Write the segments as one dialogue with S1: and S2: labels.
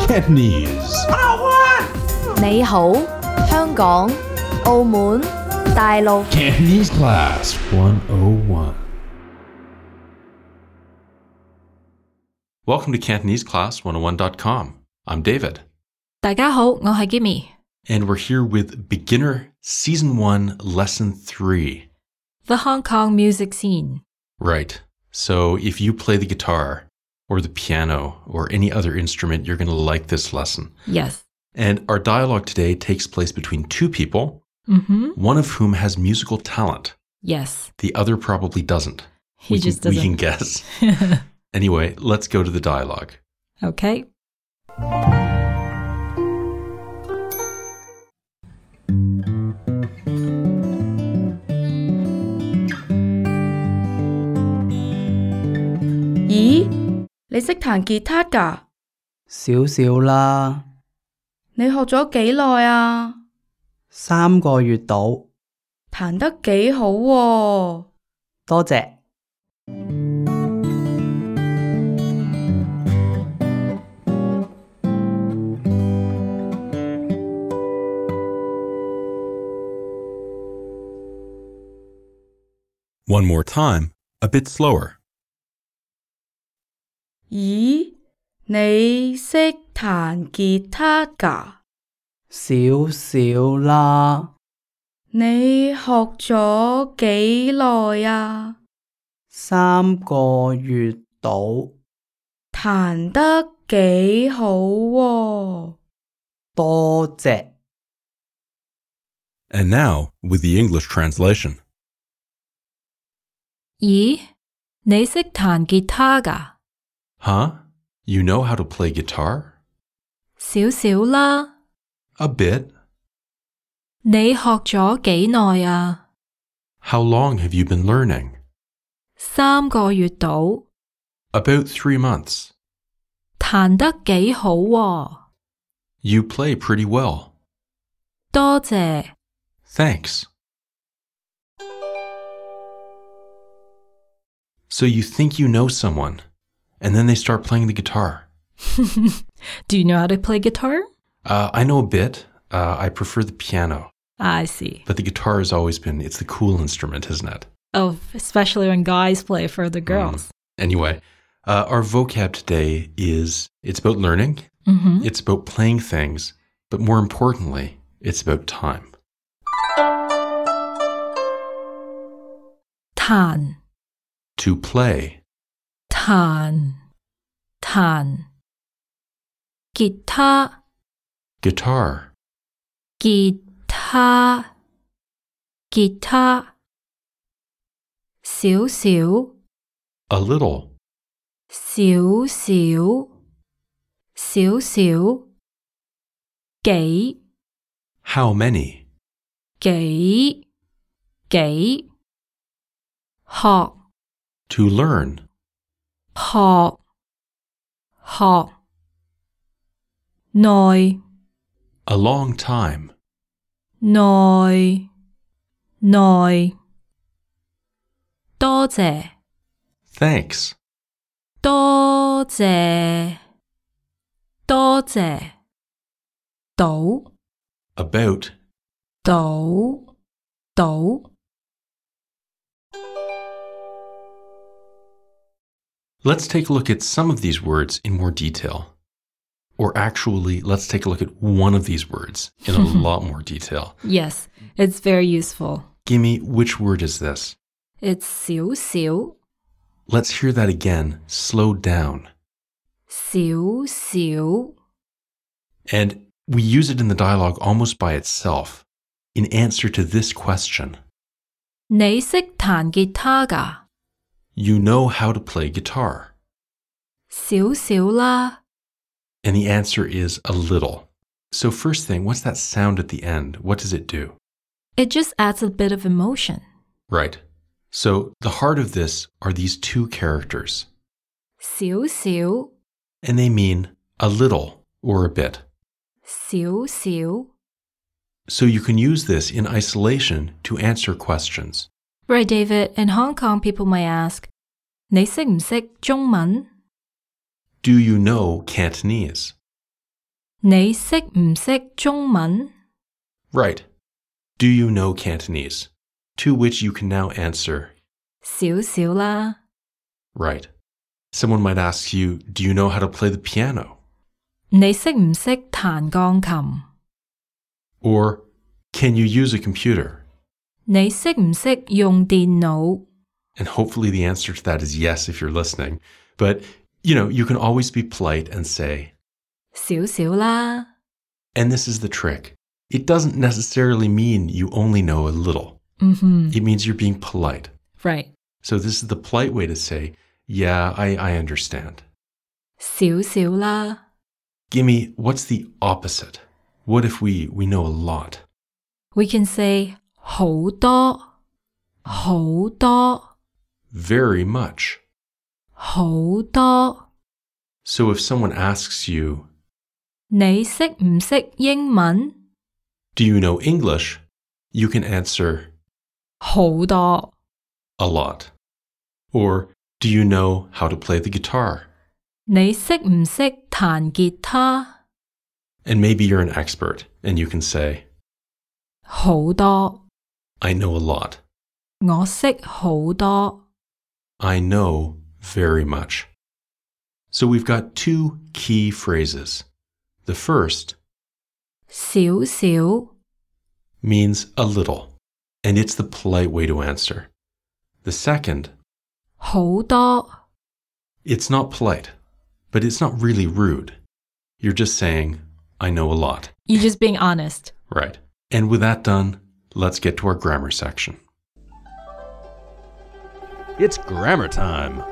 S1: Cantonese.
S2: 你好，香港、澳門、大陸。
S1: Cantonese Class 101.
S3: Welcome to CantoneseClass101.com. I'm David,
S4: 大家好，我係 Gimmy。
S3: and we're here with Beginner Season 1, Lesson 3.
S4: The Hong Kong music scene。
S3: Right. So, if you play the guitar or the piano or any other instrument, you're going to like this lesson.
S4: Yes。
S3: And our dialogue today takes place between two people,
S4: 嗯哼。
S3: one of whom has musical talent,
S4: Yes。
S3: the other probably doesn't.
S4: He
S3: we
S4: just
S3: can, we can
S4: doesn't.
S3: guess. Anyway, let's go to the dialogue.
S4: Okay。
S5: 咦，你識彈吉他㗎？
S6: 少少啦，
S5: 你學咗幾耐啊？
S6: 三個月到，
S5: 彈得幾好喎、
S6: 多謝。
S3: One more time, a bit slower.
S5: 咦，你識彈吉他㗎？
S6: 少少啦，
S5: 你學咗幾耐啊？
S6: 三個月到，
S5: 彈得幾好喎、
S6: 多謝。
S3: And now, with the English translation.
S4: 咦，你識彈吉他㗎？
S3: Huh? You know how to play guitar?
S4: 少少啦。
S3: A bit.
S4: 你學咗幾耐啊？
S3: How long have you been learning?
S4: 三個月到，
S3: About three months.
S4: 彈得幾好喎、
S3: You play pretty well.
S4: 多謝。
S3: Thanks. So you think you know someone, and then they start playing the guitar.
S4: Do you know how to play guitar?
S3: Uh, I know a bit. Uh, I prefer the piano,
S4: I see.
S3: but the guitar has always been, it's the cool instrument, isn't it?
S4: Oh, especially when guys play for the girls.
S3: Anyway, uh, our vocab today is, it's about learning,
S4: Mm-hmm.
S3: It's about playing things, but more importantly, it's about time.
S4: 彈
S3: To play,
S4: 彈彈，吉他
S3: guitar,
S4: 吉他吉他，少少
S3: a little,
S4: 少少少少，幾
S3: how many,
S4: 幾幾，學
S3: to learn,
S4: 學學，內。
S3: a long time,
S4: 內內，多謝
S3: thanks,
S4: 多謝多謝，賭
S3: about,
S4: 賭賭，
S3: Let's take a look at some of these words in more detail. Or actually, let's take a look at one of these words in a lot more detail.
S4: Yes, it's very useful.
S3: Gimme, which word is this?
S4: It's 少少
S3: Let's hear that again. Slow down.
S4: 少少，
S3: And we use it in the dialogue almost by itself in answer to this question
S4: 你識彈吉他㗎？
S3: You know how to play guitar.
S4: 少少啦，
S3: And the answer is a little. So, first thing, what's that sound at the end? What does it do?
S4: it just adds a bit of emotion.
S3: Right. So, the heart of this are these two characters,
S4: 少少。
S3: and they mean a little or a bit.
S4: 少少。
S3: So, you can use this in isolation to answer questions.
S4: Right, David. In Hong Kong, people might ask, 你識唔識中文？
S3: Do you know Cantonese?
S4: 你識唔識中文？
S3: Right. Do you know Cantonese? To which you can now answer,
S4: 少少啦，
S3: right. Someone might ask you, Do you know how to play the piano?
S4: 你識唔識彈鋼琴？
S3: Or, Can you use a computer?
S4: 你識唔識用電腦？
S3: And hopefully the answer to that is yes if you're listening. But, you know, you can always be polite and say,
S4: 少少啦，
S3: and this is the trick. It doesn't necessarily mean you only know a little,
S4: 嗯哼
S3: it means you're being polite.
S4: Mm-hmm. ，right，
S3: So, this is the polite way to say, Yeah, I, I understand.
S4: 少少啦。
S3: Gimme, what's the opposite? What if we, we know a lot?
S4: We can say 好多，好多，
S3: Very much.
S4: 好多。
S3: So if someone asks you,
S4: 你識唔識英文？
S3: Do you know English? you can answer
S4: 好多，
S3: a lot. Or, Do you know how to play the guitar?
S4: 你識唔識彈吉他？
S3: And maybe you're an expert and you can say,
S4: 好多，
S3: I know a lot.
S4: 我識好多。
S3: I know very much. So we've got two key phrases. The first
S4: 少少，
S3: means a little, and it's the polite way to answer. The second
S4: 好多，
S3: It's not polite, but it's not really rude. You're just saying, I know a lot.
S4: You just being honest。
S3: Right. And with that done, let's get to our grammar section.
S1: It's grammar time.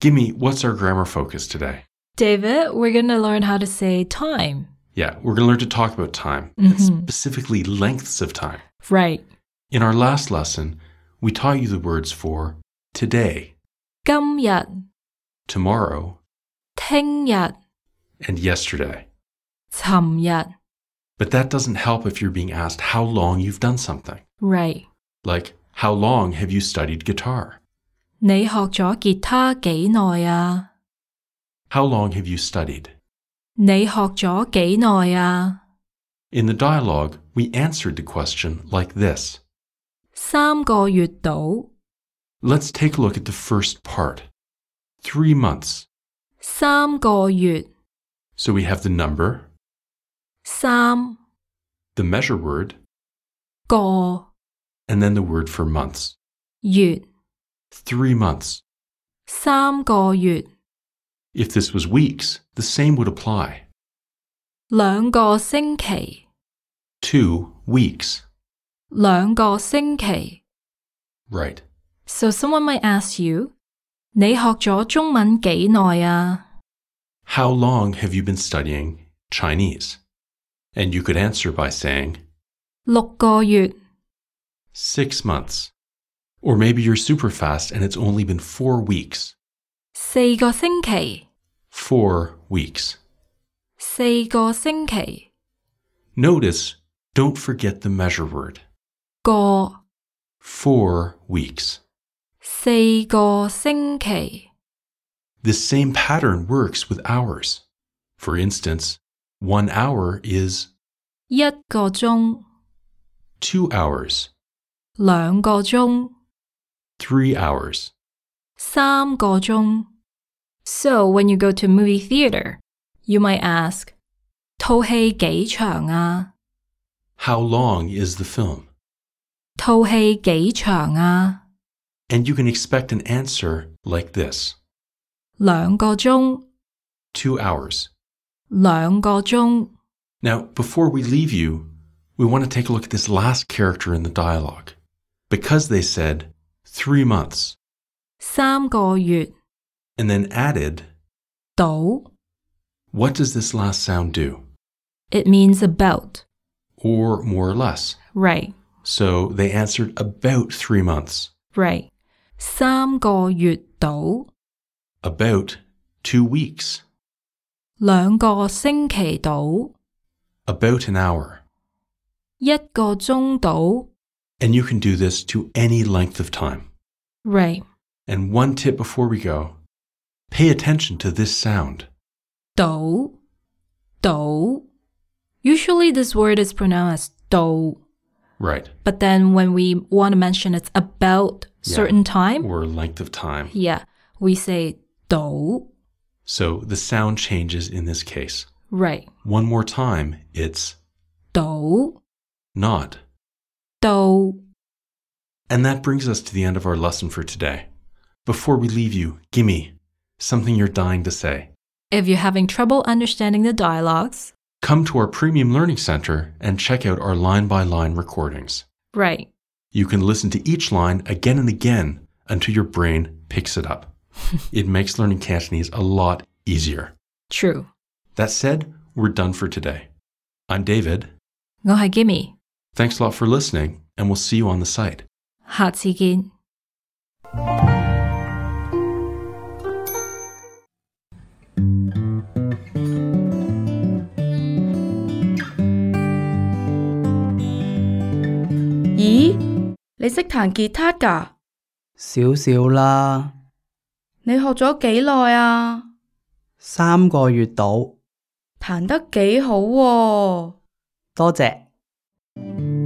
S3: Gimme, what's our grammar focus today?
S4: David, we're going to learn how to say time.
S3: Yeah, we're going to learn to talk about time, and
S4: Mhm.
S3: specifically lengths of time.
S4: Right.
S3: In our last lesson, we taught you the words for today,
S4: 今日、
S3: tomorrow,
S4: 聽日、
S3: and yesterday.
S4: 尋日。
S3: But that doesn't help if you're being asked how long you've done something.
S4: Right.
S3: Like, how long have you studied guitar?
S4: 你學咗吉他幾耐啊？
S3: How long have you studied?
S4: 你學咗幾耐啊？
S3: In the dialogue, we answered the question like this.
S4: 三個月到，
S3: Let's take a look at the first part. Three months.
S4: 三個月，
S3: So we have the number,
S4: 三
S3: the measure word,
S4: 個
S3: and then the word for months.
S4: 月，
S3: Three months.
S4: 三個月，
S3: If this was weeks, the same would apply.
S4: 兩個星期，
S3: Two weeks.
S4: 兩個星期。
S3: Right.
S4: So someone might ask you，你學咗中文幾耐啊？
S3: How long have you been studying Chinese? And you could answer by saying
S4: 六個月，
S3: six months. Or maybe you're super fast and it's only been four weeks.
S4: 四個星期，
S3: Four weeks.
S4: 四個星期，
S3: Notice, don't forget the measure word.
S4: 個
S3: Four weeks.
S4: 四個星期，
S3: This same pattern works with hours. For instance, one hour is
S4: 一個鐘，
S3: two hours,
S4: 兩個鐘，
S3: three hours.
S4: 三個鐘。So when you go to movie theater, you might ask，套戲幾長啊？
S3: How long is the film?
S4: 套戲幾長啊？
S3: And you can expect an answer like this
S4: 兩個鐘，
S3: two hours.
S4: 兩個鐘。
S3: Now, before we leave you, we want to take a look at this last character in the dialogue. Because they said three months
S4: 三個月
S3: and then added,
S4: 到
S3: what does this last sound do?
S4: ，it means about
S3: Or more or less.
S4: right
S3: So they answered about three months,
S4: right 三個月到
S3: about two weeks,
S4: 兩個星期到
S3: about an hour.
S4: 一個鐘到
S3: And you can do this to any length of time.
S4: right
S3: And one tip before we go pay attention to this sound.
S4: Do. Do. Usually this word is pronounced do,
S3: Right.
S4: but then when we want to mention it's about
S3: Yeah.
S4: certain time,
S3: Or length of time.
S4: yeah, we say do.
S3: So the sound changes in this case.
S4: Right.
S3: One more time, it's
S4: Do.
S3: not.
S4: Do.
S3: And that brings us to the end of our lesson for today. Before we leave you, gimme something you're dying to say.
S4: If you're having trouble understanding the dialogues,
S3: Come to our Premium Learning Center and check out our line by line recordings.
S4: right.
S3: You can listen to each line again and again until your brain picks it up. it makes learning Cantonese a lot easier.
S4: True.
S3: That said, we're done for today. I'm David.
S4: 我係 Gimmy，
S3: Thanks a lot for listening, and we'll see you on the site.
S4: 下次見。
S5: 咦，你識彈吉他㗎？
S6: 少少啦，
S5: 你學咗幾耐啊？
S6: 三個月到，
S5: 彈得幾好喎、
S6: 多謝。
S3: Thank